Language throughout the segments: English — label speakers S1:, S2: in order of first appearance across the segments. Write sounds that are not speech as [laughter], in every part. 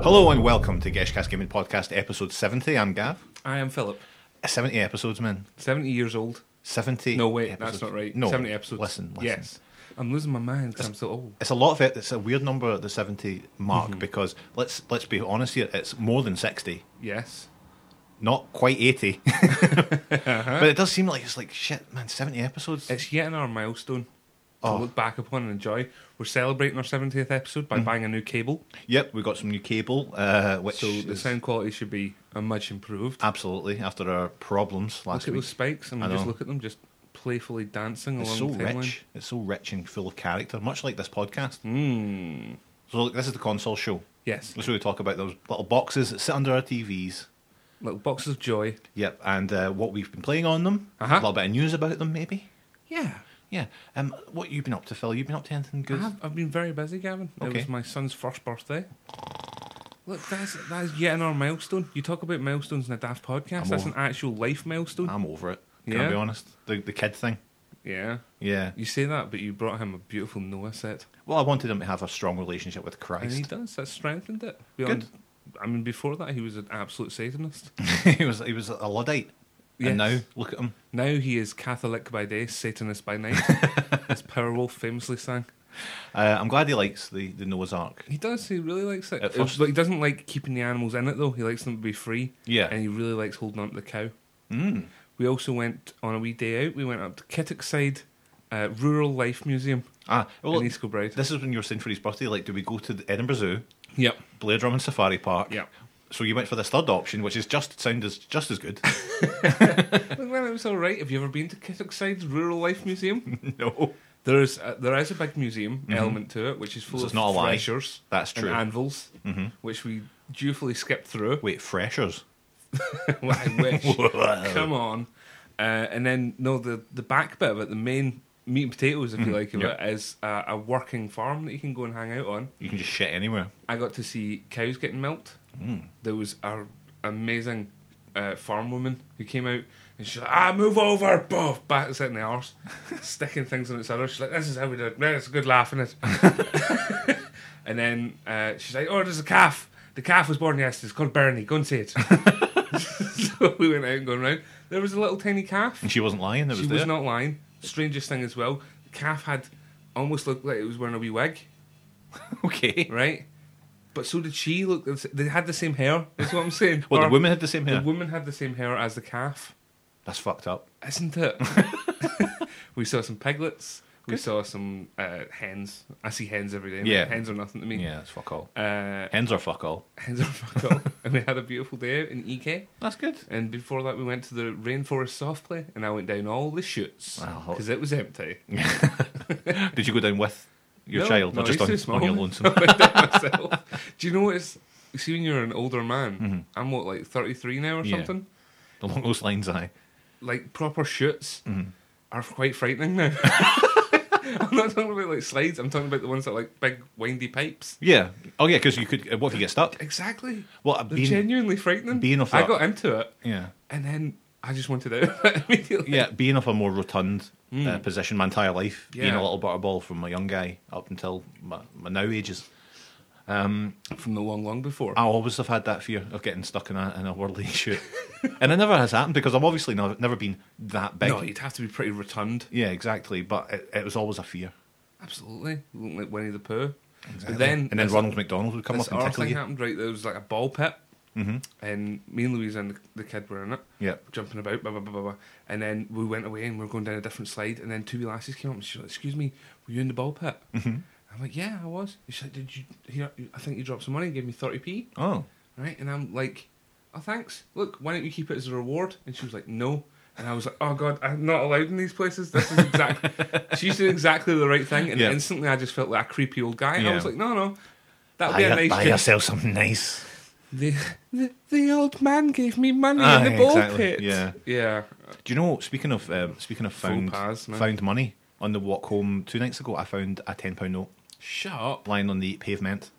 S1: Hello and welcome to Geshcast Gaming Podcast, episode 70. I'm Gav.
S2: I am Philip,
S1: 70 episodes, man.
S2: 70 years old.
S1: 70.
S2: No, wait,
S1: episodes.
S2: that's not right.
S1: No.
S2: 70 episodes.
S1: Listen, listen.
S2: Yes. I'm losing my mind 'cause I'm so old.
S1: It's a lot of it. It's a weird number at the 70 mark
S2: Mm-hmm.
S1: because let's let's be honest here, it's more than 60,
S2: Yes.
S1: not quite
S2: [laughs]
S1: 80. [laughs] But it does seem like it's like, shit, man, 70 episodes.
S2: It's yet another milestone to
S1: Oh.
S2: look back upon and enjoy. We're celebrating our 70th episode
S1: Mm.
S2: by buying a new cable,
S1: yep, we got some new cable, uh, which
S2: so the
S1: is
S2: sound quality should be a much improved.
S1: absolutely after our problems
S2: Look
S1: last
S2: at
S1: week.
S2: those spikes and
S1: Ah, I
S2: just
S1: know.
S2: look at them just playfully dancing
S1: It's so
S2: along the timeline.
S1: rich. It's so rich and full of character, much like this podcast.
S2: Mm.
S1: So, look, this is the console show.
S2: Yes.
S1: Let's really talk about those little boxes that sit under our TVs.
S2: Little box of joy.
S1: Yep, and uh, what we've been playing on them.
S2: Uh-huh.
S1: A little bit of news about them, maybe.
S2: Yeah.
S1: Yeah. Um, what you've been up to, Phil? You've been up to anything
S2: I
S1: good?
S2: have, I've been very busy, Gavin. It
S1: Okay.
S2: was my son's first birthday. Look, that's that's yet another milestone. You talk about milestones in a daft podcast.
S1: I'm
S2: that's
S1: over-
S2: an actual life milestone.
S1: I'm over it. Can I
S2: Yeah?
S1: be honest? The the kid thing.
S2: yeah,
S1: Yeah.
S2: you say that, but you brought him a beautiful Noah set,
S1: Well, I wanted him to have a strong relationship with
S2: and he
S1: Christ.
S2: does. That strengthened it. Beyond, I mean, before that, he was an absolute Satanist.
S1: [laughs] he was he was a luddite,
S2: Yes.
S1: and now look at him.
S2: now he is Catholic by day, Satanist
S1: [laughs]
S2: by night. as Powerwolf famously sang,
S1: Uh, I'm glad he likes the, the Noah's Ark.
S2: he does. He really likes it.
S1: At
S2: It-
S1: first-
S2: but he doesn't like keeping the animals in it though. He likes them to be free.
S1: Yeah.
S2: and he really likes holding on to the cow.
S1: Mm.
S2: We also went on a wee day out. We went up to Kittickside uh, Rural Life Museum
S1: Ah, well,
S2: in East Kilbride.
S1: this is when you were saying for his birthday. Like, do we go to the Edinburgh Zoo,
S2: Yep.
S1: Blade Runner Safari Park?
S2: Yep. [laughs]
S1: So you went for this third option, which is just sound as just as good.
S2: well, it was all right. Have you ever been to Kittickside's Rural Life
S1: [laughs]
S2: Museum? [laughs]
S1: no,
S2: there is a, there is a big museum element to it, which is full
S1: Mm-hmm. So
S2: of
S1: it's not a lie.
S2: threshers
S1: that's
S2: and
S1: true. Mm-hmm.
S2: anvils, which we dutifully skipped through. [laughs]
S1: Wait, freshers.
S2: Well, I
S1: [laughs]
S2: wish.
S1: Whoa.
S2: Come on. Uh, and then no, the the back bit of it, the main meat and potatoes, if you like, of
S1: Mm-hmm. Yep.
S2: it, is uh, a working farm that you can go and hang out on.
S1: You can just shit anywhere. Mm.
S2: I got to see cows getting milked. There was a amazing uh, farm woman who came out and she's like, "Ah, move over!" Boff, bats it in
S1: [laughs]
S2: the arse, sticking things on its other. She's like, "This is how we do it. Yeah, It's good laughing it."
S1: [laughs]
S2: and then uh, she's like, "Oh, there's a calf. The calf was born yesterday. It's called Bernie. Go and see it."
S1: [laughs]
S2: [laughs] so we went out and going round. There was a little tiny calf.
S1: And she wasn't lying. It was
S2: she
S1: there.
S2: was not lying. Strangest thing as well, the calf had almost looked like it was wearing a wee wig
S1: [laughs] okay.
S2: right? But so did she. Look, they had the same hair. That's what I'm saying.
S1: Well, the
S2: Or-
S1: women had the same hair.
S2: The woman had the same hair as the calf,
S1: That's fucked up. [laughs]
S2: isn't it? [laughs] we saw some piglets. We saw some uh, hens. I see hens every day.
S1: Yeah.
S2: hens are nothing to me.
S1: Yeah, that's fuck all.
S2: Uh,
S1: Hens are fuck all.
S2: hens are [laughs] fuck all. and we had a beautiful day out in EK.
S1: That's good.
S2: [laughs] And before that, we went to the rainforest soft play, and I went down all the chutes
S1: Wow.
S2: because it
S1: [laughs]
S2: was empty. [laughs]
S1: Did you go down with your
S2: No,
S1: child
S2: no,
S1: or just
S2: he's
S1: on,
S2: too small.
S1: on your
S2: [laughs]
S1: lonesome?
S2: I did myself. Do you know what it's? you See, when you're an older man, I'm what like 33 now or
S1: Mm-hmm. Yeah.
S2: something.
S1: Along those lines, Mm. I.
S2: Like proper shoots are quite frightening now. [laughs] I'm not talking about like slides. I'm talking about the ones that are, like big windy pipes.
S1: Yeah. Oh yeah, because you could. uh, What if you get stuck?
S2: Exactly.
S1: Well, I've
S2: They're
S1: been-
S2: genuinely frightening.
S1: being off
S2: I
S1: that-
S2: got into it,
S1: Yeah.
S2: and then I just wanted out [laughs] immediately.
S1: Yeah, being of a more rotund uh, position my entire life, being
S2: Mm. Yeah.
S1: a little butterball from a young guy up until my, my now ages, Um,
S2: From the long, long before.
S1: I always have had that fear of getting stuck in a in a [laughs] whirly shoot, and it never has happened because I've obviously never, never been that big.
S2: no, you'd have to be pretty rotund.
S1: Yeah, exactly. But it, it was always a fear.
S2: Absolutely. Look Like Winnie the Pooh.
S1: Exactly.
S2: But then,
S1: and then
S2: this-
S1: Ronald McDonald would come
S2: this
S1: up and
S2: other
S1: tickle
S2: thing
S1: you. Mm-hmm.
S2: happened, right? There was like a ball pit, and me and Louise and the, the kid were in it,
S1: Yeah.
S2: jumping about, blah, blah, blah, blah, blah. And then we went away and we were going down a different slide, and then two wee lasses came up and she's like, Excuse me, were you in the ball pit?
S1: Mm-hmm.
S2: I'm like, Yeah, I was. She's like, Did you, here, I think you dropped some money and gave me 30p,
S1: Oh,
S2: right? And I'm like, Oh, thanks. Look, why don't you keep it as a reward? And she was like, No. And I was like, oh god, I'm not allowed in these places. This is exactly.
S1: [laughs]
S2: She's doing exactly the right thing, and
S1: Yeah.
S2: instantly I just felt like a creepy old guy. I
S1: Yeah.
S2: was like, no, no, that'll
S1: buy,
S2: be a
S1: your-
S2: nice
S1: buy
S2: gift.
S1: yourself something nice.
S2: The, the the old man gave me money
S1: Aye,
S2: in the ball
S1: Ah, exactly,
S2: pit.
S1: yeah.
S2: yeah.
S1: Do you know? Speaking of um, speaking of found
S2: pas, man.
S1: found money on the walk home two nights ago, I found a ten pound note
S2: Shut up.
S1: lying on the pavement.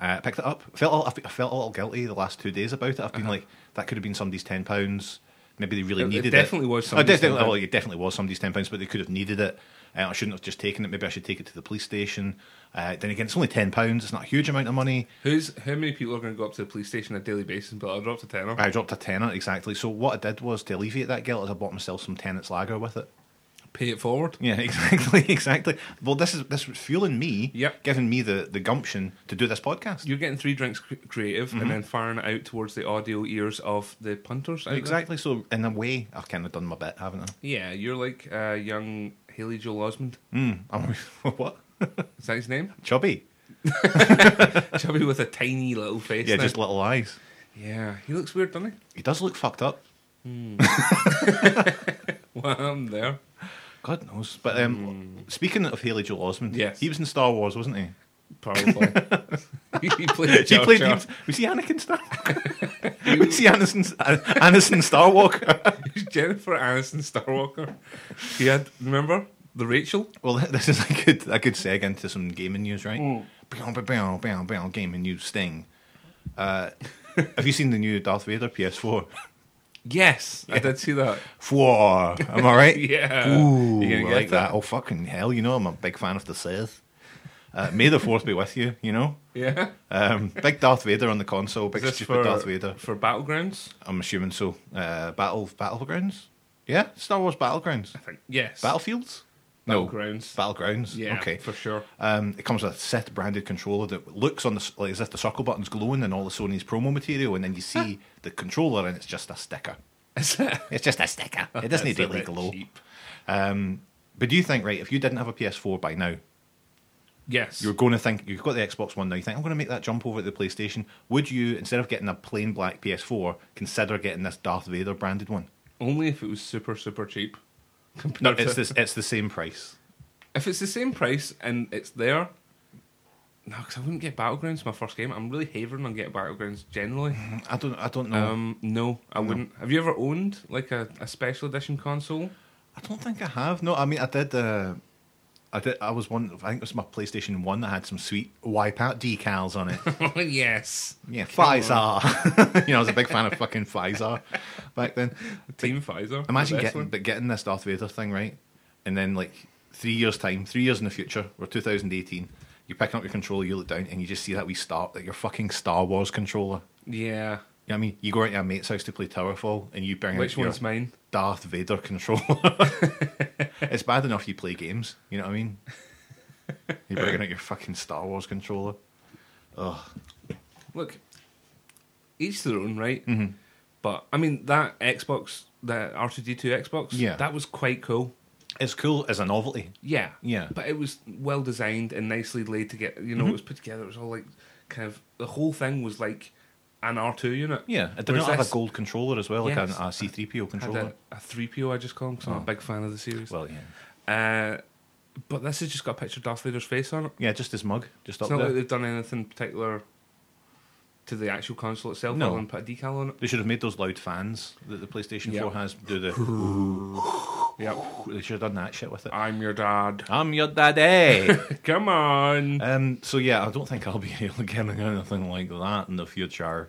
S1: Uh, picked it up. Felt all, I felt a little guilty the last two days about it. I've been like, that could have been somebody's ten pounds. Maybe they really
S2: It- it
S1: needed Uh-huh. it.
S2: definitely was
S1: Oh,
S2: somebody's
S1: definitely-
S2: £10.
S1: well, it definitely was somebody's ten pounds, but they could have needed it. Uh, I shouldn't have just taken it. Maybe I should take it to the police station. Uh, then again, it's only ten pounds. It's not a huge amount of money.
S2: Who's how many people are going to go up to the police station on a daily basis and be like, I dropped a tenner?
S1: I dropped a tenner exactly. So what I did was to alleviate that guilt, is I bought myself some tenants lager with it.
S2: Pay it forward.
S1: Yeah, [laughs] exactly, exactly. Well, this is this was fueling me,
S2: Yep.
S1: giving me the, the gumption to do this podcast.
S2: You're getting three drinks cr- creative
S1: Mm-hmm.
S2: and then firing it out towards the audio ears of the punters. out there.
S1: Exactly. So in a way, I've kind of done my bit, haven't I?
S2: Yeah, you're like uh, young Haley Joel Osmond.
S1: Mm. [laughs] I'm, what?
S2: Is that his name? [laughs]
S1: Chubby?
S2: Chubby with a tiny little face.
S1: Yeah,
S2: now.
S1: just little eyes.
S2: yeah. He looks weird, doesn't he?
S1: He does look fucked up.
S2: Well, I'm there.
S1: God knows. But um, speaking of Haley Joel Osmond,
S2: Hmm. Yes.
S1: he was in Star Wars, wasn't
S2: [laughs]
S1: he? [laughs]
S2: Probably. he played
S1: He
S2: Jar
S1: played.
S2: Jar.
S1: He, was he Anakin
S2: [laughs]
S1: Star? [laughs] was he Anakin, Anakin Starwalker?
S2: [laughs] Jennifer Aniston Starwalker. He had remember the Rachel.
S1: [laughs] Well, this is a good a good seg into some gaming news, right?
S2: Hmm.
S1: Bow, bow, bow, bow, bow, gaming news sting. Uh, have you seen the new Darth Vader PS4?
S2: Yes, I did see that.
S1: Four. Am I right?
S2: [laughs] Yeah.
S1: Ooh,
S2: You gonna
S1: I
S2: get
S1: like that. Oh fucking hell! You know I'm a big fan of the Sith. Uh, may the fourth be with you. You know,
S2: Yeah.
S1: um, big Darth Vader on the console. Big
S2: Is this
S1: stupid
S2: for
S1: Darth Vader.
S2: for battlegrounds?
S1: I'm assuming so. Uh, battle battlegrounds. Yeah, Star Wars battlegrounds.
S2: I think yes.
S1: Battlefields.
S2: Battlegrounds.
S1: No, battlegrounds.
S2: Yeah.
S1: Okay.
S2: For
S1: [laughs]
S2: sure.
S1: Um, it comes with a Sith branded controller that looks on the s- like as if the circle button's glowing and all the Sony's promo material, and then you
S2: [laughs]
S1: see the controller and it's just a sticker. It's just a sticker. It doesn't need
S2: That's a
S1: really
S2: bit
S1: glow.
S2: cheap.
S1: Um, but do you think, right, if you didn't have a PS4 by now,
S2: Yes.
S1: you're going to think you've got the Xbox One now. You think I'm going to make that jump over to the PlayStation. Would you, instead of getting a plain black PS4, consider getting this Darth Vader branded one?
S2: Only if it was super super cheap.
S1: No,
S2: Compared
S1: it's
S2: to,
S1: this. It's the same price.
S2: if it's the same price and it's there. No, because I wouldn't get battlegrounds my first game. I'm really havering on getting battlegrounds generally.
S1: I don't. I don't know.
S2: Um, no, I wouldn't. Have you ever owned like a, a special edition console?
S1: I don't think I have. No, I mean I did. Uh, I did. I was one. I think it was my PlayStation One that had some sweet wipeout decals on [laughs] it.
S2: [laughs] yes.
S1: Yeah,
S2: Come on.
S1: Pfizer. [laughs] you know, I was a big fan of fucking Pfizer back then.
S2: Team Pfizer. the
S1: Imagine
S2: best
S1: getting
S2: one.
S1: but getting this Darth Vader thing right, and then like three years time, three years in the future, or 2018, you're picking up your controller, you look down, and you just see that we start like your fucking Star Wars controller.
S2: Yeah.
S1: You know what I mean, you go out to a mate's house to play Towerfall, and you bring
S2: Which
S1: out your
S2: one's mine?
S1: Darth Vader [laughs] controller. it's bad enough you play games. You know what I mean? You're bringing out your fucking Star Wars controller.
S2: Look, each to their own, right? Mm-hmm. But I mean, that Xbox, that R two D two Xbox,
S1: Yeah.
S2: that was quite cool.
S1: It's cool as a novelty.
S2: Yeah,
S1: Yeah.
S2: But it was well designed and nicely laid together. You know,
S1: Mm-hmm.
S2: it was put together. It was all like kind of the whole thing was like an R two unit.
S1: Yeah, it did
S2: Whereas
S1: not have a
S2: this
S1: gold controller as well, like
S2: Yes.
S1: an, a C3PO
S2: had
S1: controller. Oh.
S2: a three PO. I just call him 'cause I'm a big fan of the series.
S1: Well, yeah.
S2: Uh, but this has just got a picture of Darth Vader's face on it.
S1: Yeah, just his mug, just up
S2: it's not
S1: there.
S2: like they've done anything particular to the actual console itself.
S1: No.
S2: No. Other than put a decal on it.
S1: They should have made those loud fans that the PlayStation
S2: Yeah.
S1: 4 has do [laughs] the.
S2: Yep.
S1: they should have done that shit with it.
S2: I'm your dad.
S1: I'm your daddy.
S2: [laughs] Come
S1: [laughs]
S2: on.
S1: um, so yeah, I don't think I'll be [laughs] able to get anything like that in the future.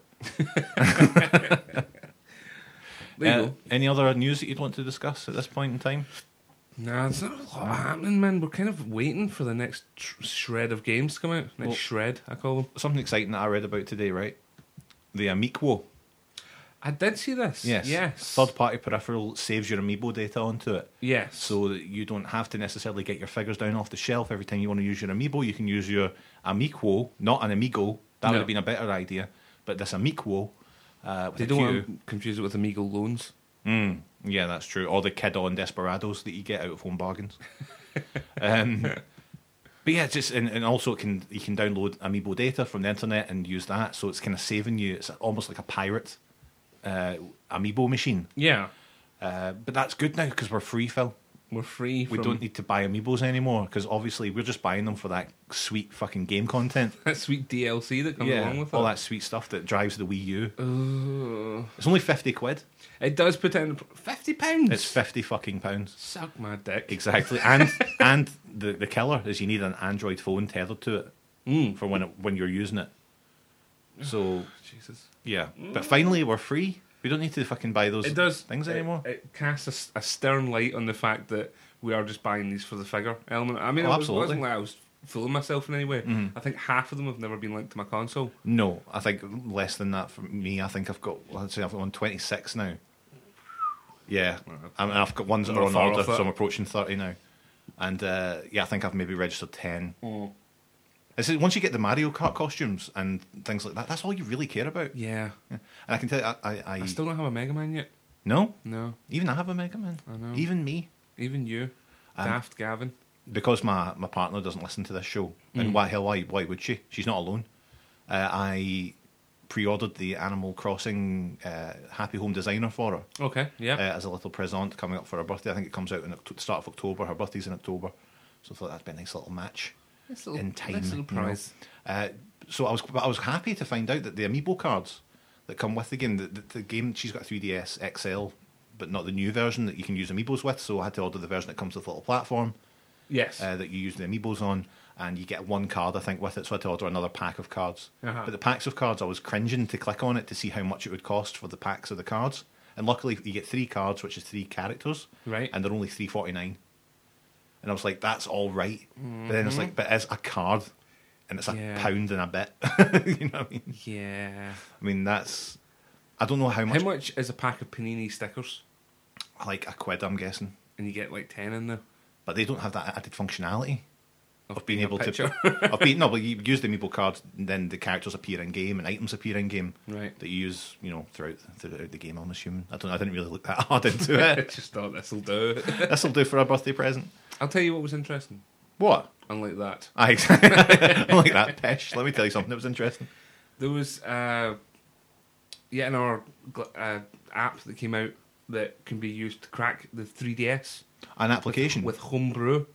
S2: There you
S1: Uh,
S2: go.
S1: any other news that you'd want to discuss at this point in time?
S2: Nah, there's not a lot happening, man. We're kind of waiting for the next tr- shred of games to come out. Next
S1: Well-
S2: shred, I call them.
S1: Something exciting that I read about today, right? The Amiibo.
S2: I did see this.
S1: Yes.
S2: Yes.
S1: Third party peripheral saves your Amiibo data onto it.
S2: Yes.
S1: So that you don't have to necessarily get your figures down off the shelf every time you want to use your Amiibo. You can use your Amiquo, not an Amigo. That would
S2: No.
S1: have been a better idea. But this Amiquo, uh, with
S2: they
S1: a
S2: don't
S1: Q-
S2: want to confuse it with Amigo loans.
S1: Mm, yeah, that's true. Or the kiddo and desperados that you get out of home
S2: [laughs]
S1: bargains. um, but yeah, it's just and, and also it can you can download Amiibo data from the internet and use that. So it's kind of saving you. It's almost like a pirate uh, Amiibo machine.
S2: Yeah.
S1: Uh, but that's good now because we're free, Phil.
S2: We're free.
S1: We
S2: from-
S1: don't need to buy Amiibos anymore because obviously we're just buying them for that sweet fucking game content.
S2: [laughs] that sweet DLC that comes along with
S1: all
S2: it.
S1: that sweet stuff that drives the Wii U.
S2: Ugh.
S1: It's only fifty quid.
S2: It does put in fifty pounds. [laughs]
S1: It's fifty fucking pounds.
S2: suck my dick.
S1: Exactly, and [laughs] and the the killer is you need an Android phone tethered to it
S2: Mm.
S1: for when it, when you're using it. So
S2: Jesus.
S1: yeah, but finally we're free. We don't need to fucking buy those
S2: It does
S1: things anymore.
S2: It, it casts a s- a, stern light on the fact that we are just buying these for the figure element. I mean,
S1: Oh,
S2: I was, it
S1: absolutely. Mm-hmm.
S2: wasn't like I was fooling myself in any way. I think half of them have never been linked to my console.
S1: No, I think less than that for me. I think I've got let's say I've on twenty six now. Yeah, I mean, I've got ones that
S2: Not
S1: are on
S2: far
S1: order,
S2: off that.
S1: so I'm approaching thirty now, and uh, yeah, I think I've maybe registered ten. It's once you get the Mario Kart costumes and things like that, that's all you really care about.
S2: Yeah,
S1: And I can tell you, I, I, I,
S2: I still don't have a Mega Man yet.
S1: no,
S2: No,
S1: even I have a Mega Man.
S2: I know.
S1: Even me,
S2: even you,
S1: Um,
S2: Daft Gavin.
S1: because my, my partner doesn't listen to this show, and why hell why why would she? She's not alone. Uh, I pre-ordered the Animal Crossing uh, Happy Home Designer for her
S2: Okay, yeah.
S1: uh, as a little present coming up for her birthday. I think it comes out in the start of October. Her birthday's in October, so I thought that'd be a nice little match
S2: Nice little-
S1: in time.
S2: nice little
S1: you know.
S2: prize.
S1: Uh, so I was, but I was happy to find out that the amiibo cards that come with the game, the, the, the game she's got a 3DS XL, but not the new version that you can use amiibos with. So I had to order the version that comes with the little platform
S2: yes.
S1: uh, that you use the amiibos on, and you get one card, I think, with it. So I had to order another pack of cards.
S2: Uh-huh.
S1: But the packs of cards, I was cringing to click on it to see how much it would cost for the packs of the cards. And luckily, you get three cards, which is three characters,
S2: Right.
S1: And they're only three forty nine. And I was like, "That's all right." But then it's like, "But it's a card, and it's a
S2: Mm-hmm. Yeah.
S1: pound and a bit." [laughs] you know what I mean?
S2: yeah.
S1: I mean, that's I don't know how much,
S2: How much is a pack of panini stickers?
S1: like a quid, I'm guessing.
S2: And you get like ten in there.
S1: But they don't have that added functionality. of being
S2: a
S1: able
S2: picture.
S1: to [laughs] of being no,
S2: [laughs]
S1: but you use the amiibo cards, and then the characters appear in game and items appear in game
S2: Right.
S1: that you use, you know, throughout throughout the game. I'm assuming. I don't. know, I didn't really look that [laughs] hard into
S2: [laughs] I
S1: it.
S2: just thought this'll
S1: [laughs]
S2: do.
S1: this will do for a birthday present.
S2: I'll tell you what was interesting.
S1: What? [laughs]
S2: Unlike that,
S1: I I like that pish. Let me tell you something that was interesting.
S2: there was uh, yet another gl- uh, app that came out that can be used to crack the 3DS
S1: An application.
S2: with homebrew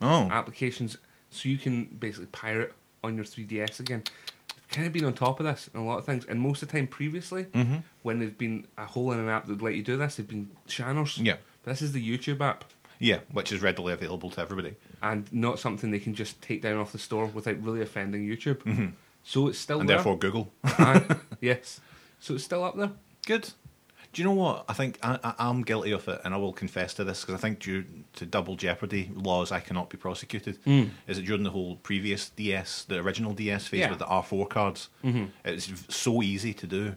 S1: oh,
S2: applications, so you can basically pirate on your 3DS again. They've Kind of been on top of this in a lot of things, and most of the time previously,
S1: Mm-hmm.
S2: when there's been a hole in an app that would let you do this, they've been channels.
S1: Yeah.
S2: But this is the YouTube app,
S1: yeah, which is readily available to everybody.
S2: and not something they can just take down off the store without really offending YouTube. So it's still
S1: Mm-hmm. And
S2: there.
S1: therefore, Google. [laughs]
S2: Aye, yes. So it's still up there.
S1: Good. Do you know what? I think I, I, I'm guilty of it, and I will confess to this because I think due to double jeopardy laws, I cannot be prosecuted. Is that during the whole previous DS, the original DS phase
S2: Yeah.
S1: with the R4 cards, it was so easy to do.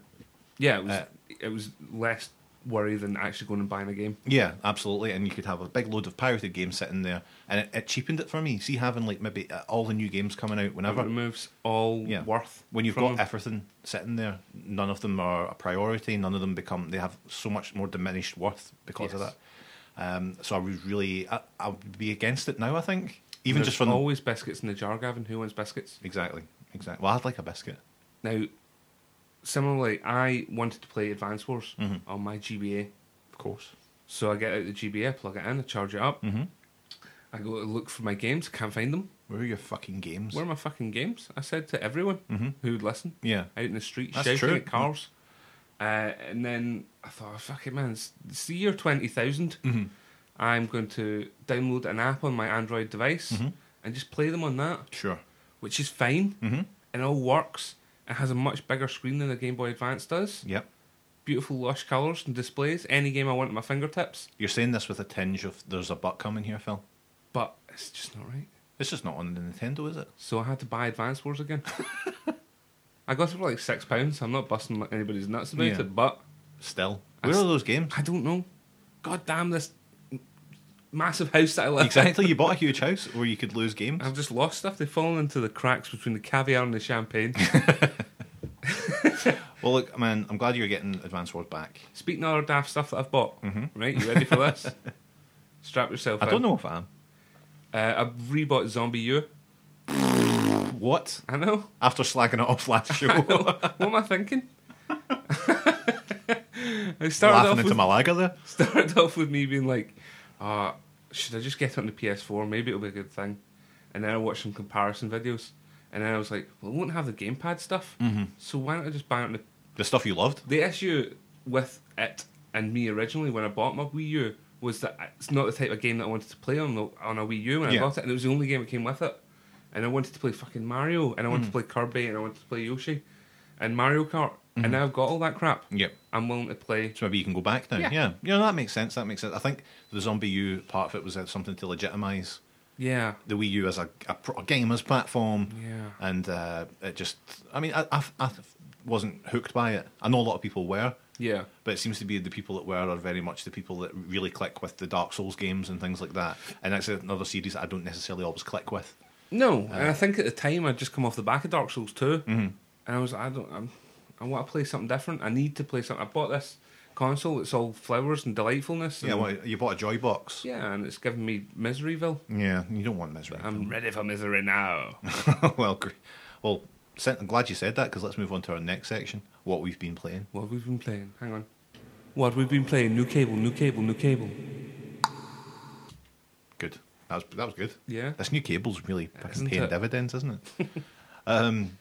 S2: Yeah, it was.
S1: Uh,
S2: it was less worry than actually going and buying a game.
S1: Yeah, absolutely. And you could have a big load of pirated games sitting there, and it, it cheapened it for me. See, having like maybe uh, all the new games coming out
S2: It
S1: whenever.
S2: removes all
S1: Yeah.
S2: worth
S1: When you've
S2: from
S1: got
S2: them.
S1: everything sitting there, none of them are a priority. None of them become. They have so much more diminished worth because of
S2: Yes.
S1: that. Um, so I would really, I, I would be against it now. I think even
S2: There's
S1: just from
S2: always biscuits in the jar, Gavin. Who wants biscuits?
S1: exactly, exactly. Well, I'd like a biscuit.
S2: Now, similarly, I wanted to play Advance Wars
S1: Mhm.
S2: on my GBA,
S1: Of course.
S2: so I get out the GBA, plug it in, I charge it up.
S1: Mm-hmm.
S2: I go to look for my games, can't find them.
S1: Where are your fucking games?
S2: Where are my fucking games? I said to everyone
S1: Mm-hmm.
S2: who would listen.
S1: Yeah.
S2: out in the street
S1: That's
S2: shouting
S1: true.
S2: at cars. Uh, and then I thought, oh, fuck it, man, it's, it's the year 20,000.
S1: Mhm.
S2: I'm going to download an app on my Android device
S1: Mhm.
S2: and just play them on that,
S1: Sure.
S2: which is fine.
S1: Mm-hmm.
S2: It all works. It has a much bigger screen than the Game Boy Advance does.
S1: Yep.
S2: Beautiful, lush colours and displays. Any game I want at my fingertips.
S1: You're saying this with a tinge of there's a butt coming here, Phil.
S2: But it's just not right.
S1: This is not on the Nintendo, is it?
S2: So I had to buy Advance
S1: [laughs]
S2: Wars again. I got it for like £6. pounds. I'm not busting anybody's nuts about
S1: Yeah.
S2: it, but
S1: Still.
S2: I
S1: Where
S2: s-
S1: are those [laughs] games?
S2: I don't know. God damn this massive house that I live in.
S1: exactly. You bought a huge house where you could lose games.
S2: I've just lost stuff. They've fallen into the cracks between the caviar and the champagne.
S1: [laughs] Well, look, man, I'm glad you're getting Advance Wars back.
S2: Speaking of other daft stuff that I've bought,
S1: Mhm.
S2: right?
S1: [laughs]
S2: You ready for this? Strap yourself
S1: I
S2: in.
S1: don't know if I am.
S2: Uh, I've rebought Zombie U.
S1: What?
S2: I know. [laughs]
S1: After slagging it off last show, laughing
S2: What am [laughs] I thinking? [laughs] I started off,
S1: into
S2: with,
S1: my lager there.
S2: started [laughs] off with me being like, uh, should I just get it on the PS4? Maybe it'll be a good thing. And then I watched some comparison videos. And then I was like, well, it won't have the gamepad stuff. So why don't I just buy it on the
S1: The stuff you loved.
S2: The issue with it and me originally when I bought my Wii U was that it's not the type of game that I wanted to play on the, on a Wii U when
S1: Yeah.
S2: I bought it, and it was the only game that came with it. And I wanted to play fucking Mario, and I wanted to play Kirby, and I wanted to play Yoshi, and Mario Kart, and now I've got all that crap.
S1: Yep.
S2: I'm willing to play.
S1: So maybe you can go back now.
S2: Yeah.
S1: Yeah. yeah. You know, that makes sense. That makes sense. I think the Zombie U part of it was uh, something to legitimise
S2: Yeah,
S1: the Wii U as a, a, pro- a gamer's platform.
S2: Yeah.
S1: And uh, it just, I mean, I, I, I wasn't hooked by it. I know a lot of people were,
S2: yeah.
S1: but it seems to be the people that were are very much the people that really click with the Dark Souls games and things like that. And that's another series that I don't necessarily always click with.
S2: No, and I think at the time I'd just come off the back of Dark Souls 2 and I was I don't I'm, I want to play something different. I need to play something. I bought this console. It's all flowers and delightfulness. And,
S1: Yeah, well, you bought a Joy Box. Yeah,
S2: yeah, and it's given me Miseryville. Um,
S1: you don't want misery.
S2: I'm ready for misery now.
S1: [laughs] well, gr- well, sen- I'm glad you said that because let's move on to our next section what we've been playing.
S2: [laughs] what have we been playing? Hang on. What have we been playing? New cable, new cable, new cable.
S1: Good. That was that was good.
S2: Yeah.
S1: This new cable's really fucking
S2: Isn't
S1: paying
S2: it?
S1: dividends, isn't it?
S2: [laughs]
S1: um,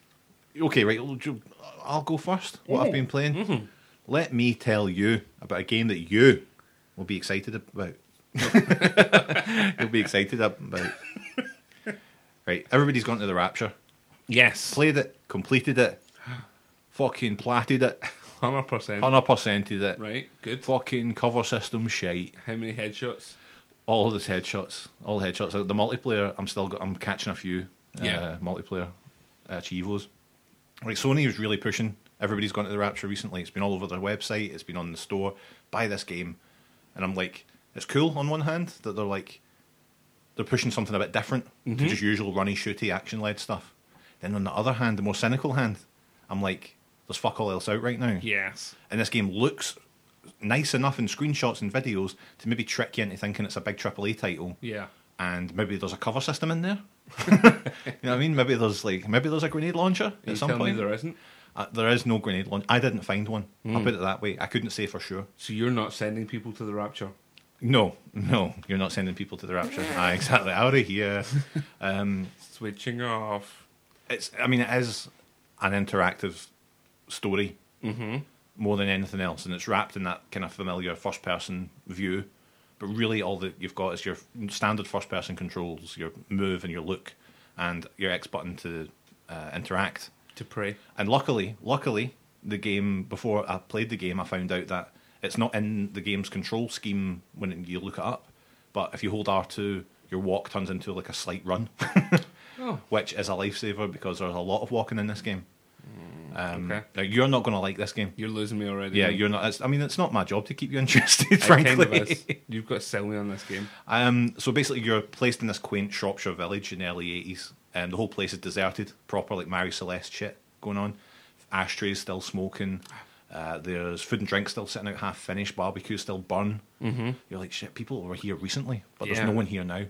S1: okay, right. well, do- I'll go first. What I've been playing.
S2: Mm-hmm.
S1: Let me tell you about a game that you will be excited about. [laughs] You'll be excited about. Right, everybody's gone to the Rapture.
S2: Yes,
S1: Played it, completed it, fucking platted it,
S2: hundred percent.
S1: hundred percented it.
S2: Right, good.
S1: Fucking cover system shite.
S2: How many headshots?
S1: All of his headshots, all the headshots. The multiplayer, I'm still, got, I'm catching a few.
S2: Yeah.
S1: uh, multiplayer achievos. Like Sony was really pushing. Everybody's gone to the Rapture recently. It's been all over their website. It's been on the store. Buy this game, and I'm like, it's cool on one hand that they're like, they're pushing something a bit different
S2: Mm-hmm.
S1: to just usual runny, shooty, action-led stuff. Then on the other hand, the more cynical hand, I'm like, there's fuck all else out right now
S2: Yes.
S1: and this game looks nice enough in screenshots and videos to maybe trick you into thinking it's a big AAA title,
S2: Yeah.
S1: and maybe there's a cover system in there. [laughs] you know what I mean? Maybe there's like maybe there's a grenade launcher
S2: Are Hmm. you
S1: at some
S2: telling
S1: point.
S2: me there isn't?
S1: Uh, there is no grenade launcher. I didn't find one. I'll put it that way. I couldn't say for sure.
S2: So you're not sending people to the rapture?
S1: No, no, you're not sending people to the rapture. Aye, exactly. Out of here. Um,
S2: Switching off.
S1: it's. I mean, it is an interactive story
S2: Mm-hmm.
S1: more than anything else, and it's wrapped in that kind of familiar first person view. But really, all that you've got is your standard first person controls, your move and your look, and your X button to uh, interact.
S2: To pray.
S1: And luckily, luckily, the game before I played the game, I found out that it's not in the game's control scheme when you look it up. But if you hold R two, your walk turns into like a slight run, [laughs]
S2: Oh,
S1: which is a lifesaver because there's a lot of walking in this game. Um,
S2: Okay.
S1: Now you're not going to like this game.
S2: you're losing me already.
S1: Yeah,
S2: man.
S1: you're not. It's, I mean, it's not my job to keep you [laughs] interested,
S2: Mm. I
S1: frankly.
S2: Kind
S1: [laughs]
S2: of is. You've got to sell me on this game.
S1: Um, so basically, you're placed in this quaint Shropshire village in the early 80s, and the whole place is deserted, proper like Mary Celeste shit going on. Ashtrays still smoking. Uh, there's food and drink still sitting out half finished, barbecue still burn. Mm-hmm. You're like, shit, people were here recently, but
S2: Yeah.
S1: there's no one here now.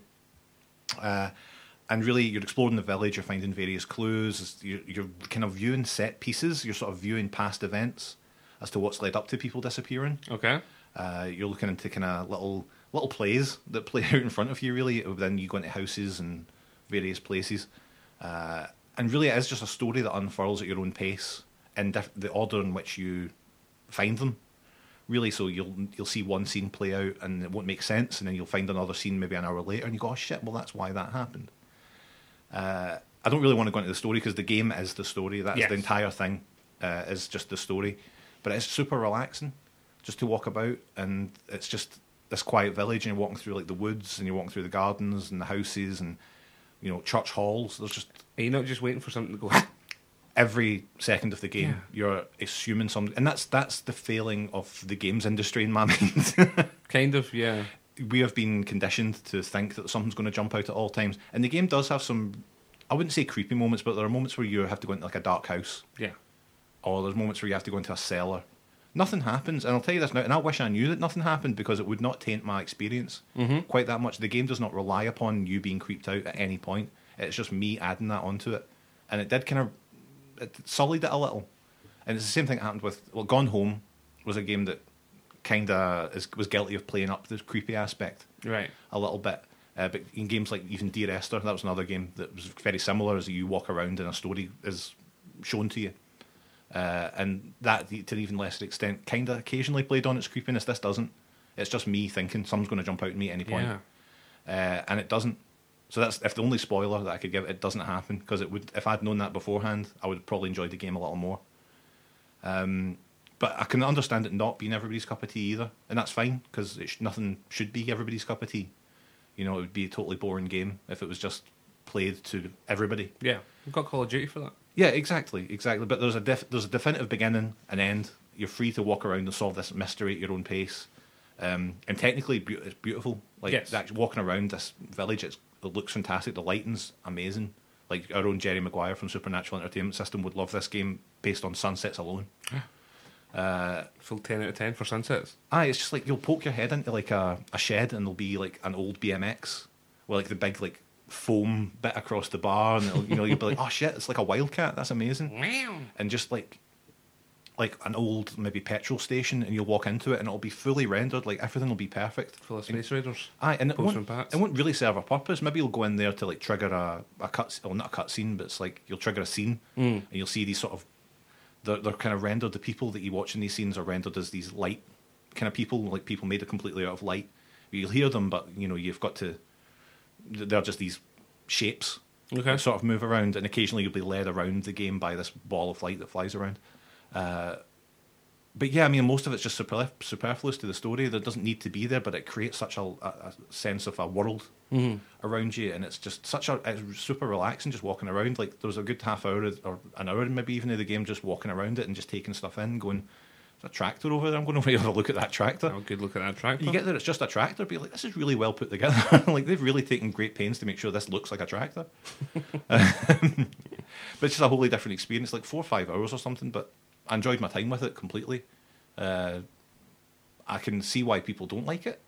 S1: Uh, and really, you're exploring the village, you're finding various clues, you're, you're kind of viewing set pieces, you're sort of viewing past events as to what's led up to people disappearing.
S2: Okay.
S1: Uh, you're looking into kind of little little plays that play [laughs] out in front of you. Really, then you go into houses and various places, uh, and really it is just a story that unfurls at your own pace in diff- the order in which you find them. Really, so you'll you'll see one scene play out and it won't make sense, and then you'll find another scene maybe an hour later, and you go, "Oh shit! Well, that's why that happened." Uh, I don't really want to go into the story because the game is the story. That's
S2: Yes.
S1: the entire thing uh, is just the story, but it's super relaxing just to walk about, and it's just this quiet village, and you're walking through like the woods, and you're walking through the gardens and the houses, and you know church halls. There's just
S2: Are you not just waiting for something
S1: [laughs]
S2: to go?
S1: every second of the game
S2: Yeah.
S1: you're assuming some, and that's that's the failing of the games industry in my [laughs] mind.
S2: kind of, yeah.
S1: we have been conditioned to think that something's going to jump out at all times, and the game does have some. I wouldn't say creepy moments, but there are moments where you have to go into like a dark house
S2: Yeah.
S1: or Oh, there's moments where you have to go into a cellar. Nothing happens, and I'll tell you this now, and I wish I knew that nothing happened because it would not taint my experience quite that much. The game does not rely upon you being creeped out at any point. It's just me adding that onto it, and it did kind of it sullied it a little. And it's the same thing that happened with well, Gone Home was a game that kind of is was guilty of playing up the creepy aspect
S2: Right.
S1: a little bit. Uh, but in games like even Dear Esther, that was another game that was very similar, as you walk around and a story is shown to you. Uh, and that, to an even lesser extent, kind of occasionally played on its creepiness. This doesn't. It's just me thinking something's going to jump out at me at any point,
S2: Yeah.
S1: uh, and it doesn't. So that's if the only spoiler that I could give. It doesn't happen because it would. If I'd known that beforehand, I would have probably enjoyed the game a little more. Um, but I can understand it not being everybody's cup of tea either, and that's fine because sh- nothing should be everybody's cup of tea. You know, it would be a totally boring game if it was just played to everybody.
S2: Yeah, we've got Call of Duty for that.
S1: Yeah, exactly, exactly. But there's a def- there's a definitive beginning and end. You're free to walk around and solve this mystery at your own pace. Um, and technically, beau- it's beautiful. Like
S2: Yes.
S1: the act- walking around this village, it's, it looks fantastic. The lighting's amazing. Like our own Jerry Maguire from Supernatural Entertainment System would love this game based on sunsets alone.
S2: Full 10 out of 10 for sunsets.
S1: Aye, it's just like you'll poke your head into like a, a shed and there'll be like an old BMX with like the big like foam bit across the bar, and it'll, you know you'll be like, [laughs] oh shit, it's like a wildcat. That's amazing.
S2: Meow.
S1: and just like like an old maybe petrol station and you'll walk into it and it'll be fully rendered like everything will be perfect
S2: Full of Space Raiders.
S1: aye and it
S2: Post
S1: won't,
S2: and pats.
S1: it won't really serve a purpose maybe you'll go in there to like trigger a, a cut well not a cut scene but it's like you'll trigger a scene
S2: Mm.
S1: and you'll see these sort of they're, they're kind of rendered the people that you watch in these scenes are rendered as these light kind of people like people made it completely out of light you'll hear them but you know you've got to they're just these shapes
S2: Okay.
S1: that sort of move around, and occasionally you'll be led around the game by this ball of light that flies around. Uh, but yeah, I mean, most of it's just superl- superfluous to the story. There doesn't need to be there, but it creates such a, a, a sense of a world around you, and it's just such a it's super relaxing just walking around. Like there was a good half hour or an hour, maybe even of the game, just walking around it and just taking stuff in, going. "There's A tractor over there. I'm going over here to [laughs] have a look at that tractor.
S2: Have a good look at that tractor.
S1: You get there, it's just a tractor. Be like, this is really well put together. [laughs] like they've really taken great pains to make sure this looks like a
S2: [laughs]
S1: tractor. [laughs] Um, but it's just a wholly different experience, like four or five hours or something. But I enjoyed my time with it completely. Uh, I can see why people don't like it.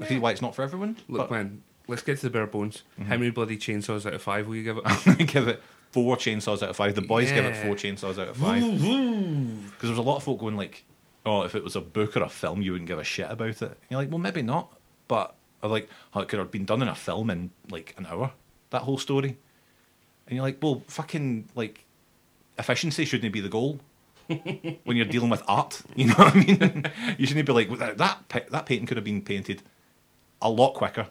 S1: I see why it's not for everyone.
S2: Look,
S1: but Mm-hmm.
S2: man, let's get to the bare bones. How many bloody chainsaws out of five will you
S1: [laughs]
S2: give it?
S1: I'm gonna give it four chainsaws out of five. The boys give it
S2: Yeah.
S1: four chainsaws out of five. Because there's a lot of folk going like, "Oh, if it was a book or a film, you wouldn't give a shit about it." And you're like, "Well, maybe not," but I'm like, "Oh, it could have been done in a film in like an hour." That whole story, and you're like, "Well, fucking like, efficiency shouldn't be the goal." when you're dealing with art, [laughs] you know what I mean. you shouldn't be like "Well, that. That, pa- that painting could have been painted a lot quicker.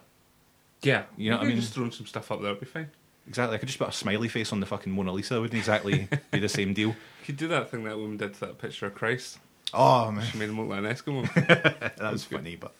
S2: yeah.
S1: You know what I
S2: Maybe
S1: mean?
S2: Just throwing some stuff up there would be fine.
S1: Exactly. I could just put a smiley face on the fucking Mona Lisa. It wouldn't exactly be the same
S2: [laughs]
S1: deal.
S2: You could do that thing that woman did to that picture of Christ.
S1: Oh man,
S2: She made him look like an
S1: [laughs]
S2: Eskimo.
S1: that was funny, but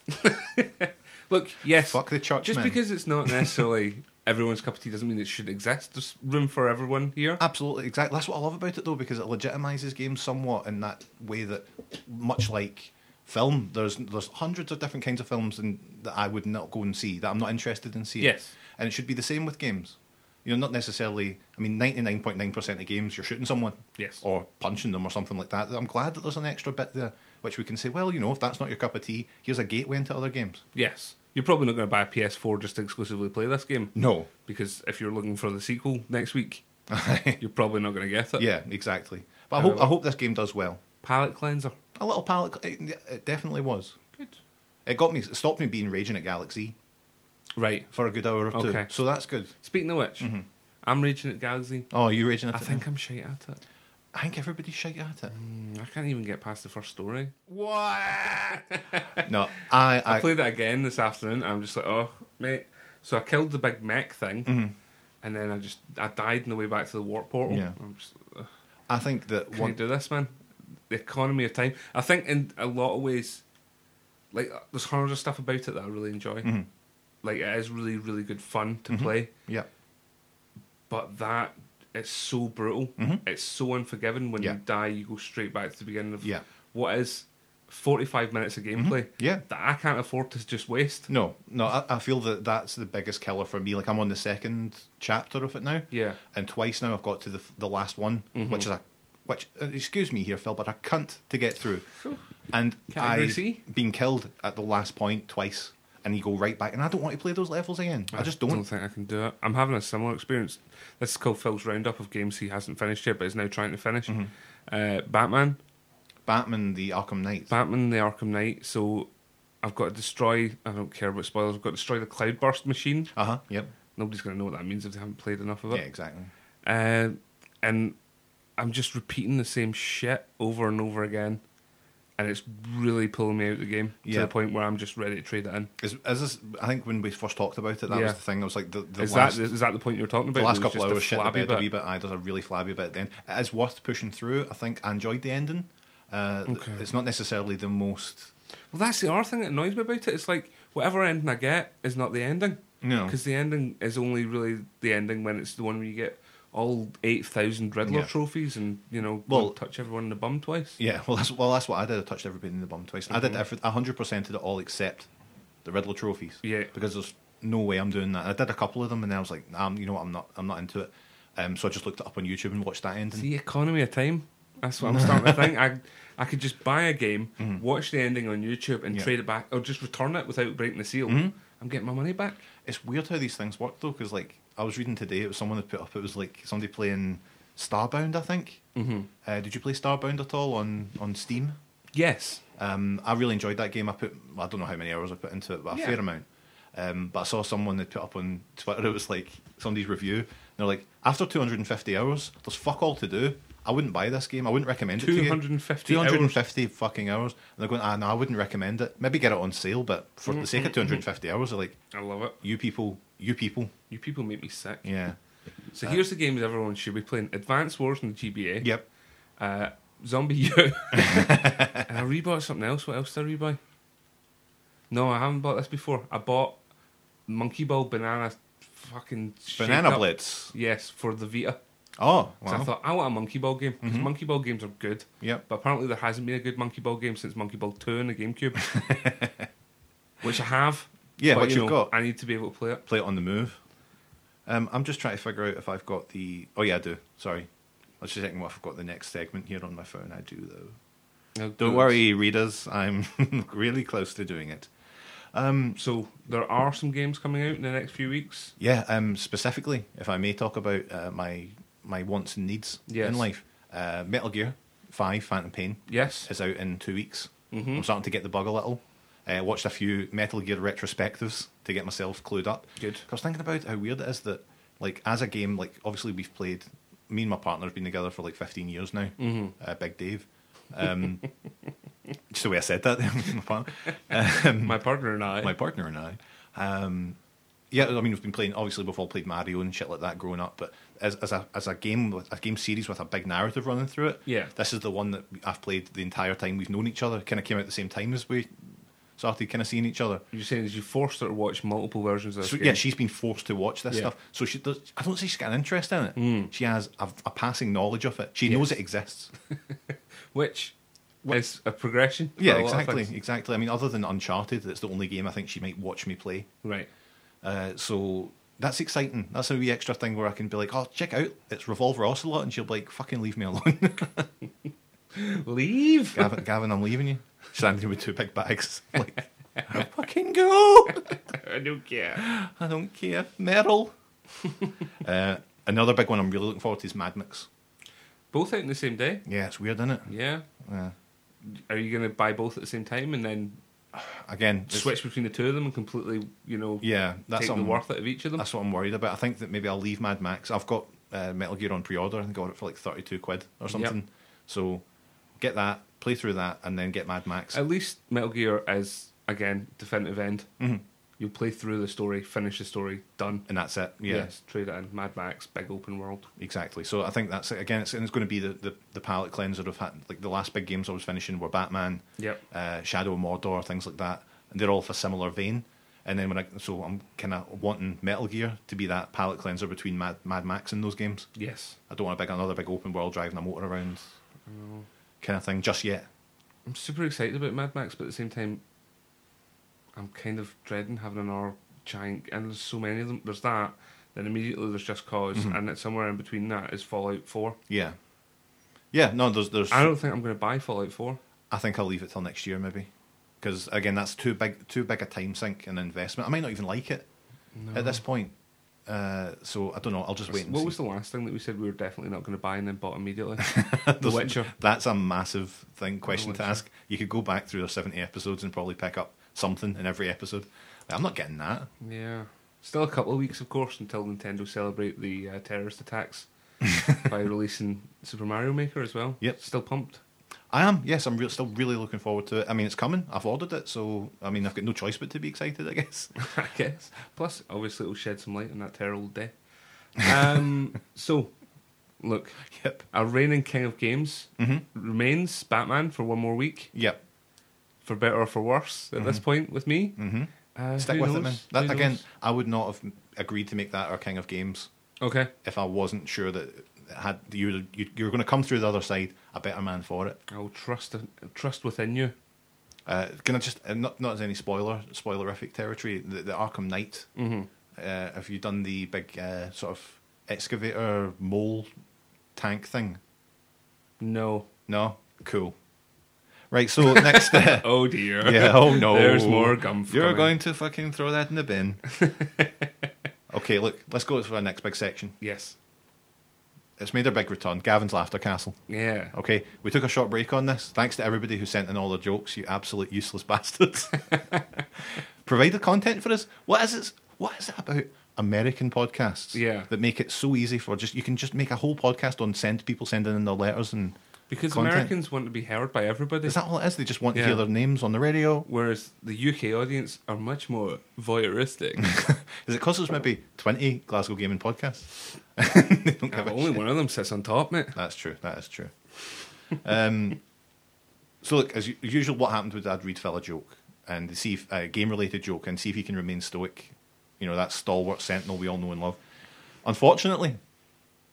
S2: look, yes.
S1: fuck the church.
S2: just
S1: man.
S2: because it's not [laughs] necessarily everyone's cup of tea doesn't mean it should exist. There's room for everyone here.
S1: Absolutely, exactly. That's what I love about it though, because it legitimizes games somewhat in that way that, much like film, there's there's hundreds of different kinds of films and that I would not go and see that I'm not interested in seeing.
S2: Yes.
S1: and it should be the same with games. You know, not necessarily. I mean, ninety nine point nine percent of games, you're shooting someone,
S2: Yes.
S1: or punching them or something like that. I'm glad that there's an extra bit there, which we can say, well, you know, if that's not your cup of tea, here's a gateway into other games.
S2: Yes. You're probably not going to buy a PS4 just to exclusively play this game.
S1: No.
S2: Because if you're looking for the sequel next week, you're probably not going to get
S1: [laughs]
S2: it.
S1: yeah, exactly. But I
S2: I
S1: hope
S2: know.
S1: I hope this game does well.
S2: Palette cleanser.
S1: A little palate. It, it definitely was.
S2: Good.
S1: It got me. It stopped me being raging at Galaxy
S2: Right.
S1: for a good hour or two.
S2: Okay.
S1: So that's good.
S2: Speaking of which, I'm raging at Galaxy.
S1: Oh, you raging at
S2: Mm-hmm. I
S1: it?
S2: think I'm shite at it.
S1: I think everybody's shite at it.
S2: Mm, I can't even get past the first story. [laughs]
S1: What? no, I.
S2: I,
S1: I,
S2: played it again this afternoon. And I'm just like, oh, mate. So I killed the big mech thing,
S1: Mm-hmm.
S2: and then I just I died on the way back to the warp portal.
S1: Yeah.
S2: I'm just, ugh,
S1: I think that
S2: can
S1: one.
S2: you do this, man? The economy of time. I think in a lot of ways, like uh, there's hundreds of stuff about it that I really enjoy.
S1: Mm-hmm.
S2: Like it is really, really good fun to play,
S1: Yeah.
S2: but that it's so brutal. It's so unforgiving. When
S1: Mm-hmm. Yeah.
S2: you die, you go straight back to the beginning of
S1: Yeah. Mm-hmm.
S2: what is 45 minutes of gameplay
S1: Yeah.
S2: that I can't afford to just waste.
S1: No, no. I, I feel that that's the biggest killer for me. Like I'm on the second chapter of it now.
S2: Yeah.
S1: And twice now I've got to the the last one,
S2: Mm-hmm.
S1: which is a which uh, excuse me here, Phil, but a cunt to get through. And
S2: Category
S1: I've
S2: C?
S1: been killed at the last point twice, and you go right back. And I don't want to play those levels again. I just
S2: Ah, don't
S1: don't.
S2: think I can do it. I'm having a similar experience. This is called Phil's roundup of games he hasn't finished yet, but is now trying to finish.
S1: Mm-hmm.
S2: Uh, Batman,
S1: Batman: The Arkham Knight.
S2: Batman, the Arkham Knight. So I've got to destroy. I don't care about spoilers. I've got to destroy the Cloudburst machine.
S1: Uh huh. Yep.
S2: Nobody's going to know what that means if they haven't played enough of
S1: Yeah,
S2: it.
S1: exactly.
S2: Uh, and I'm just repeating the same shit over and over again, and it's really pulling me out of the game to
S1: Yeah.
S2: the point where I'm just ready to trade it in.
S1: Is, is this? I think when we first talked about it, that
S2: Yeah.
S1: was the thing. It was like the, the
S2: is
S1: last
S2: that is that the point you were talking about?
S1: the last
S2: It was
S1: couple
S2: just
S1: hours
S2: a
S1: shit the
S2: flabby
S1: bed a wee bit. Aye, there's a really flabby bit. Then it is worth pushing through. I think I enjoyed the ending. Uh, th-
S2: Okay.
S1: It's not necessarily the most.
S2: Well, that's the other thing that annoys me about it. It's like whatever ending I get is not the ending
S1: No.
S2: because the ending is only really the ending when it's the one where you get all eight thousand Riddler
S1: Yeah.
S2: trophies and you know
S1: Well-
S2: touch everyone in the bum twice.
S1: Yeah, well, that's well, that's what I did. I touched everybody in the bum twice. I
S2: Mm-hmm.
S1: did every, 100% of it all except the Riddler trophies.
S2: Yeah.
S1: because there's no way I'm doing that. I did a couple of them, and then I was like, nah, I'm- you know what, I'm not, I'm not into it. Um, so I just looked it up on YouTube and watched that ending.
S2: It's the economy of time.
S1: [laughs]
S2: That's what I'm starting to think. I I could just buy a game, watch the ending on YouTube, and
S1: Mm-hmm. Yeah. Mm-hmm.
S2: trade it back, or just return it without breaking the seal. I'm getting my money back.
S1: It's weird how these things work though, because like I was reading today, it was someone had put up. It was like somebody playing Starbound, I think. Mm-hmm. Uh, did you play Starbound at all on on Steam?
S2: Yes.
S1: Um, I really enjoyed that game. I put I don't know how many hours I put into it, but a
S2: Yeah.
S1: fair amount. Um, but I saw someone that put up on Twitter. It was like somebody's review. And they're like, after 250 hours, there's fuck all to do. I wouldn't buy this game. I wouldn't recommend it. to you."
S2: 250
S1: 250 fucking hours. And they're going, ah, no, I wouldn't recommend it. Maybe get it on sale, but for the sake of 250 hours, they're like,
S2: I love it.
S1: you people, you people,
S2: You people make me sick.
S1: yeah,
S2: So here's the games everyone should be playing: Advanced Wars on the GBA.
S1: yep.
S2: Uh, Zombie [laughs] U. and I rebought something else. What else did I rebuy? No, I haven't bought this before. I bought Monkey Ball Banana fucking
S1: Banana
S2: shake-up.
S1: Blitz.
S2: Yes, for the Vita.
S1: Oh,
S2: So I
S1: wow. Mm-hmm.
S2: thought I want a monkey ball game because monkey ball games are good.
S1: Yep.
S2: But apparently there hasn't been a good monkey ball game since Monkey Ball Two on
S1: [laughs]
S2: the GameCube, which I have.
S1: Yeah,
S2: but
S1: what
S2: you
S1: you've
S2: know,
S1: got.
S2: I need to be able to play it.
S1: play it on the move. Um, I'm just trying to figure out if I've got the. Oh yeah, I do. Sorry, I was just checking what I've got the next segment here on my phone. I do though.
S2: Now,
S1: Don't
S2: good.
S1: worry, readers. I'm [laughs] really close to doing it. Um,
S2: So there are some games coming out in the next few weeks.
S1: Yeah. Um, specifically, if I may talk about uh, my my wants and needs
S2: Yes.
S1: in life. Uh, Metal Gear Five: Phantom Pain [laughs]
S2: Yes. Mm-hmm.
S1: is out in two weeks.
S2: Hmm.
S1: I'm starting to get the bug a little. I watched a few Metal Gear retrospectives to get myself clued up. [laughs]
S2: Good.
S1: I was thinking about how weird it is that, like, as a game, like, obviously we've played. Me and my partner have been together for like 15 years now. Uh, Big Dave. Um, [laughs] just the way I said that, [laughs] my partner,
S2: My partner and I.
S1: my partner and I. Um, yeah, I mean, we've been playing. Obviously, we've all played Mario and shit like that growing up. But as as a as a game with a game series with a big narrative running through it,
S2: Yeah.
S1: this is the one that I've played the entire time we've known each other. Kind of came out at the same time as we started kind of seeing each other.
S2: You're saying is you forced her to watch multiple versions of this
S1: So,
S2: game.
S1: yeah, she's been forced to watch this
S2: Yeah.
S1: stuff. So she does. I don't say she's got an interest in it. She has a, a passing knowledge of it. She knows it exists.
S2: which is a progression.
S1: [laughs]
S2: for
S1: Yeah,
S2: a lot of
S1: exactly,
S2: things.
S1: exactly. I mean, other than Uncharted, that's the only game I think she might watch me play.
S2: Right.
S1: Uh, so that's exciting. That's a wee extra thing where I can be like, "Oh, check out, it's Revolver Ocelot," and she'll be like, "Fucking leave me alone, [laughs]
S2: Leave.
S1: Gavin. Gavin, I'm leaving you." Standing with two big bags, [laughs] like, "Fucking go! [laughs]
S2: I don't care.
S1: I don't care, Meryl." [laughs] uh, another big one I'm really looking forward to is Mad Max.
S2: Both out on the same day.
S1: Yeah, it's weird, isn't it? Uh,
S2: Yeah.
S1: Yeah.
S2: Are you going to buy both at the same time and then
S1: Again, it's-
S2: switch between the two of them and completely, you know,
S1: Yeah, that's
S2: take the
S1: something.
S2: worth out of each of them.
S1: That's what I'm worried about. I think that maybe I'll leave Mad Max. I've got uh, Metal Gear on pre-order. I think I got it for like 32 quid or something. So get that, play through that, and then get Mad Max.
S2: At least Metal Gear is again definitive end. Mm-hmm. You play through the story, finish the story, done.
S1: and that's it. Yeah,
S2: Yes, trade it in. Mad Max, big open world.
S1: exactly. So I think that's it. again, it's, and it's going to be the, the, the palate cleanser of had, like the last big games I was finishing were Batman,
S2: Yep.
S1: uh, Shadow of Mordor, things like that, and they're all of a similar vein. And then when I so I'm kind of wanting Metal Gear to be that palate cleanser between Mad, Mad Max and those games.
S2: Yes.
S1: I don't want a big another big open world driving a motor around
S2: Oh.
S1: kind of thing just yet.
S2: I'm super excited about Mad Max, but at the same time, I'm kind of dreading having another giant. And there's so many of them. There's that. Then immediately there's Just because
S1: Mm-hmm.
S2: and it's somewhere in between that is Fallout 4.
S1: Yeah, yeah. No, there's there's.
S2: I
S1: I,
S2: don't think I'm going to buy Fallout 4.
S1: think I'll leave it till next year maybe, because again that's too big too big a time sink and investment. I might not even like it at this point. Uh, so I don't know. I'll just wait. And
S2: What
S1: see.
S2: was the last thing that we said we were definitely not going to buy and then
S1: [laughs]
S2: bought immediately? the
S1: There's- [laughs]
S2: Witcher.
S1: That's a massive thing question to
S2: Witcher.
S1: ask. You could go back through the seventy episodes and probably pick up something in every episode. I'm not getting that.
S2: Yeah. Still a couple of weeks, of course, until Nintendo celebrate the uh,
S1: [laughs]
S2: terrorist attacks by releasing Super Mario Maker as well.
S1: Yep.
S2: Still pumped.
S1: I am. Yes, I'm re- still really looking forward to it. I mean, it's coming. I've ordered it, so I mean, I've got no choice but to be excited. I
S2: [laughs]
S1: guess.
S2: I guess.
S1: [laughs]
S2: Plus, obviously, it'll shed some light on that terrible day. Um, so, look,
S1: Yep. Mm-hmm.
S2: our reigning king of games remains Batman for one more week,
S1: Yep.
S2: for better or for worse. At this point, with me, mm-hmm. uh,
S1: Stick
S2: who
S1: with it,
S2: knows?
S1: man. That,
S2: Who
S1: again,
S2: knows?
S1: I would not have agreed to make that our king of games
S2: Okay.
S1: if I wasn't sure that it had you you, you were going to come through the other side a better man for it.
S2: I'll trust trust within you.
S1: Uh, can I just uh, not not as any spoiler spoilerific territory? The, the Arkham Knight. Uh, have you done the big uh, sort of excavator mole tank thing?
S2: No.
S1: No, cool. Right,
S2: [laughs]
S1: so next. Uh,
S2: Oh
S1: [laughs]
S2: dear.
S1: yeah. Oh no.
S2: There's more gum.
S1: You're
S2: coming.
S1: going to fucking throw that in the
S2: [laughs]
S1: bin. okay, look. Let's go to our next big section.
S2: Yes.
S1: It's made a big return. Gavin's Laughter Castle.
S2: Yeah.
S1: Okay, we took a short break on this. Thanks to everybody who sent in all their jokes, you absolute useless [laughs]
S2: [laughs]
S1: bastards. Provided content for us. What is it? What is it about American podcasts?
S2: Yeah.
S1: that make it so easy for just you can just make a whole podcast on send people sending in their letters and
S2: Because
S1: content.
S2: Americans want to be heard by everybody.
S1: is that all it is? They just want
S2: Yeah.
S1: to hear their names on the radio. [laughs]
S2: Whereas the UK audience are much more voyeuristic.
S1: Is it because there's maybe twenty Glasgow gaming podcasts? they [laughs] don't give a
S2: Uh, Only one of them sits on top, mate.
S1: [laughs] That's true. That is true. Um, so look, as u- as usual, what happened was I'd read fella joke and see if a uh, game-related joke and see if he can remain stoic. You know that stalwart sentinel we all know and love. Unfortunately,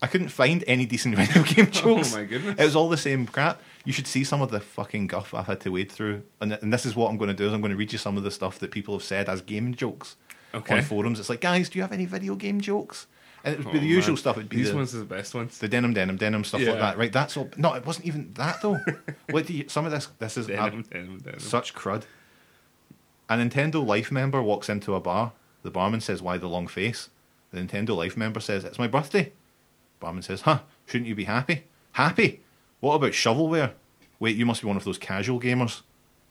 S1: I couldn't find any decent [laughs] video game jokes.
S2: Oh my goodness.
S1: It was all the same crap. You should see some of the fucking guff I've had to wade through. And, th- and this is what I'm going to do is I'm going to read you some of the stuff that people have said as gaming jokes
S2: Okay.
S1: on forums. It's like, guys, do you have any video game jokes? And it would be
S2: Oh,
S1: the usual
S2: man.
S1: stuff. It'd be
S2: These
S1: the,
S2: ones are the best ones.
S1: the denim, denim, denim stuff
S2: Yeah.
S1: like that, right? That's all. No, it wasn't even that
S2: [laughs]
S1: though. what do you? Some of this, this is
S2: denim, denim, denim.
S1: such crud. A Nintendo Life member walks into a bar. The barman says, "Why the long face?" The Nintendo Life member says, "It's my birthday." Barman says, "Huh? Shouldn't you be happy? Happy? What about shovelware? Wait, you must be one of those casual gamers."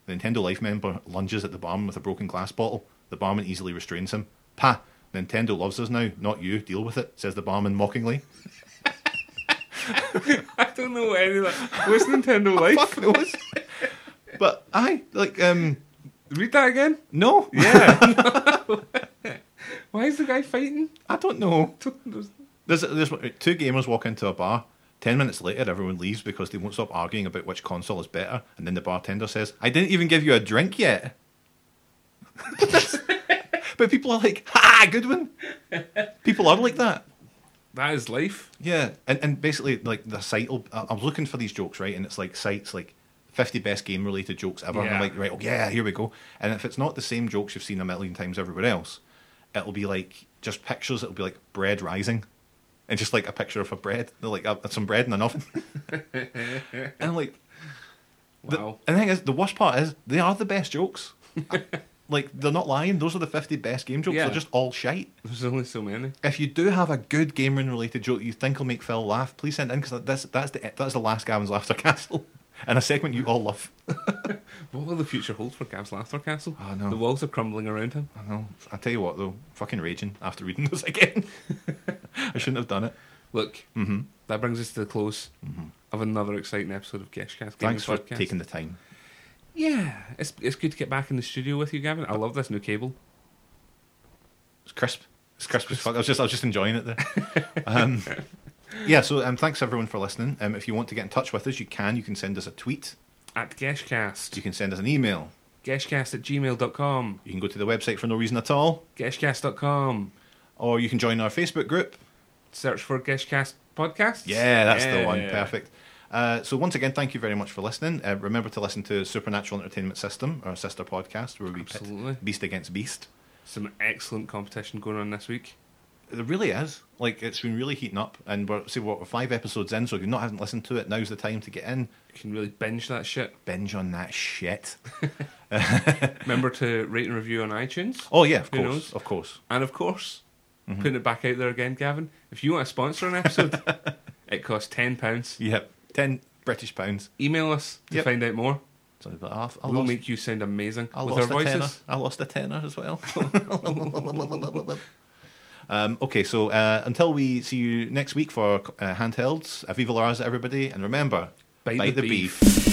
S1: The Nintendo Life member lunges at the barman with a broken glass bottle. The barman easily restrains him. "Pa, Nintendo loves us now, not you. Deal with it," says the barman mockingly.
S2: [laughs] I don't know any of that. What's Nintendo Life?
S1: Oh, Fuck, it was. but I like um
S2: Read that again.
S1: no,
S2: Yeah. [laughs] Why is the guy fighting?
S1: I don't know. There's
S2: That's
S1: there's two gamers walk into a bar. Ten minutes later, everyone leaves because they won't stop arguing about which console is better. And then the bartender says, "I didn't even give you a drink yet." [laughs] but people are like, "Ha, good one." People are like that.
S2: life.
S1: Yeah, and and basically like the site. Will, I I was looking for these jokes, right? And it's like sites like fifty best game related jokes ever. And I'm
S2: Yeah.
S1: like, right, oh yeah, here we go. And if it's not the same jokes you've seen a million times everywhere else, it'll be like just pictures. It'll be like bread rising, and just like a picture of a bread, like uh, some bread and an
S2: [laughs]
S1: oven. and I'm like, the,
S2: Wow.
S1: And the thing is, the worst part is they are the best
S2: [laughs]
S1: jokes. like they're not lying. Those are the fifty best game jokes.
S2: Yeah.
S1: They're just all shite.
S2: There's only so many.
S1: If you do have a good gaming related joke you think will make Phil laugh, please send it in because that's that's the that's the last Gavin's Laughter [laughs] Castle and a segment you all love.
S2: What will the future hold for Gav's Laughter Castle?
S1: Oh, no.
S2: The walls are crumbling around him.
S1: I know. I tell you what though, fucking raging after reading [laughs] this again. I shouldn't have done it.
S2: Look, mm-hmm. that brings us to the close of another exciting episode of Geshcast. Gaming
S1: Mm-hmm. Thanks for
S2: Podcast.
S1: taking the time.
S2: Yeah, it's it's good to get back in the studio with you, Gavin. I love this new cable.
S1: It's crisp. It's crisp as fuck. I was just I was just enjoying it there. [laughs] um, yeah. So um, thanks everyone for listening. Um, if you want to get in touch with us, you can. You can send us a tweet.
S2: At Geshcast.
S1: You can send us an email.
S2: Geshcast at gmail.com.
S1: You can go to the website for no reason at all,
S2: Geshcast.com.
S1: or you can join our Facebook group.
S2: Search for Geshcast Podcast.
S1: Yeah, that's the one.
S2: Yeah.
S1: Perfect. Uh, so once again, thank you very much for listening. Uh, remember to listen to Supernatural Entertainment System, our sister podcast, where we pit
S2: Absolutely.
S1: beast against beast.
S2: Some excellent competition going on this week.
S1: It really is. Like it's been really heating up, and we're see what we're five episodes in. So if you not haven't listened to it, now's the time to get in,
S2: You can really binge that shit.
S1: binge on that shit.
S2: Remember to rate and review on iTunes.
S1: Oh yeah, of
S2: Who
S1: course,
S2: knows?
S1: of course.
S2: And of course,
S1: Mm-hmm.
S2: putting it back out there again, Gavin. If you want to sponsor
S1: [laughs]
S2: an episode, it costs ten pounds.
S1: Yep, ten British pounds.
S2: Email us to
S1: Yep.
S2: find out more.
S1: So about half. I
S2: we'll
S1: lost,
S2: make you sound amazing
S1: I
S2: with
S1: lost
S2: our
S1: a tenner.
S2: voices.
S1: I lost a tenner as well. [laughs] Um, okay, so uh, until we see you next week for uh, handhelds, Aviva Lars, everybody, and remember,
S2: Bite the beef.
S1: beef.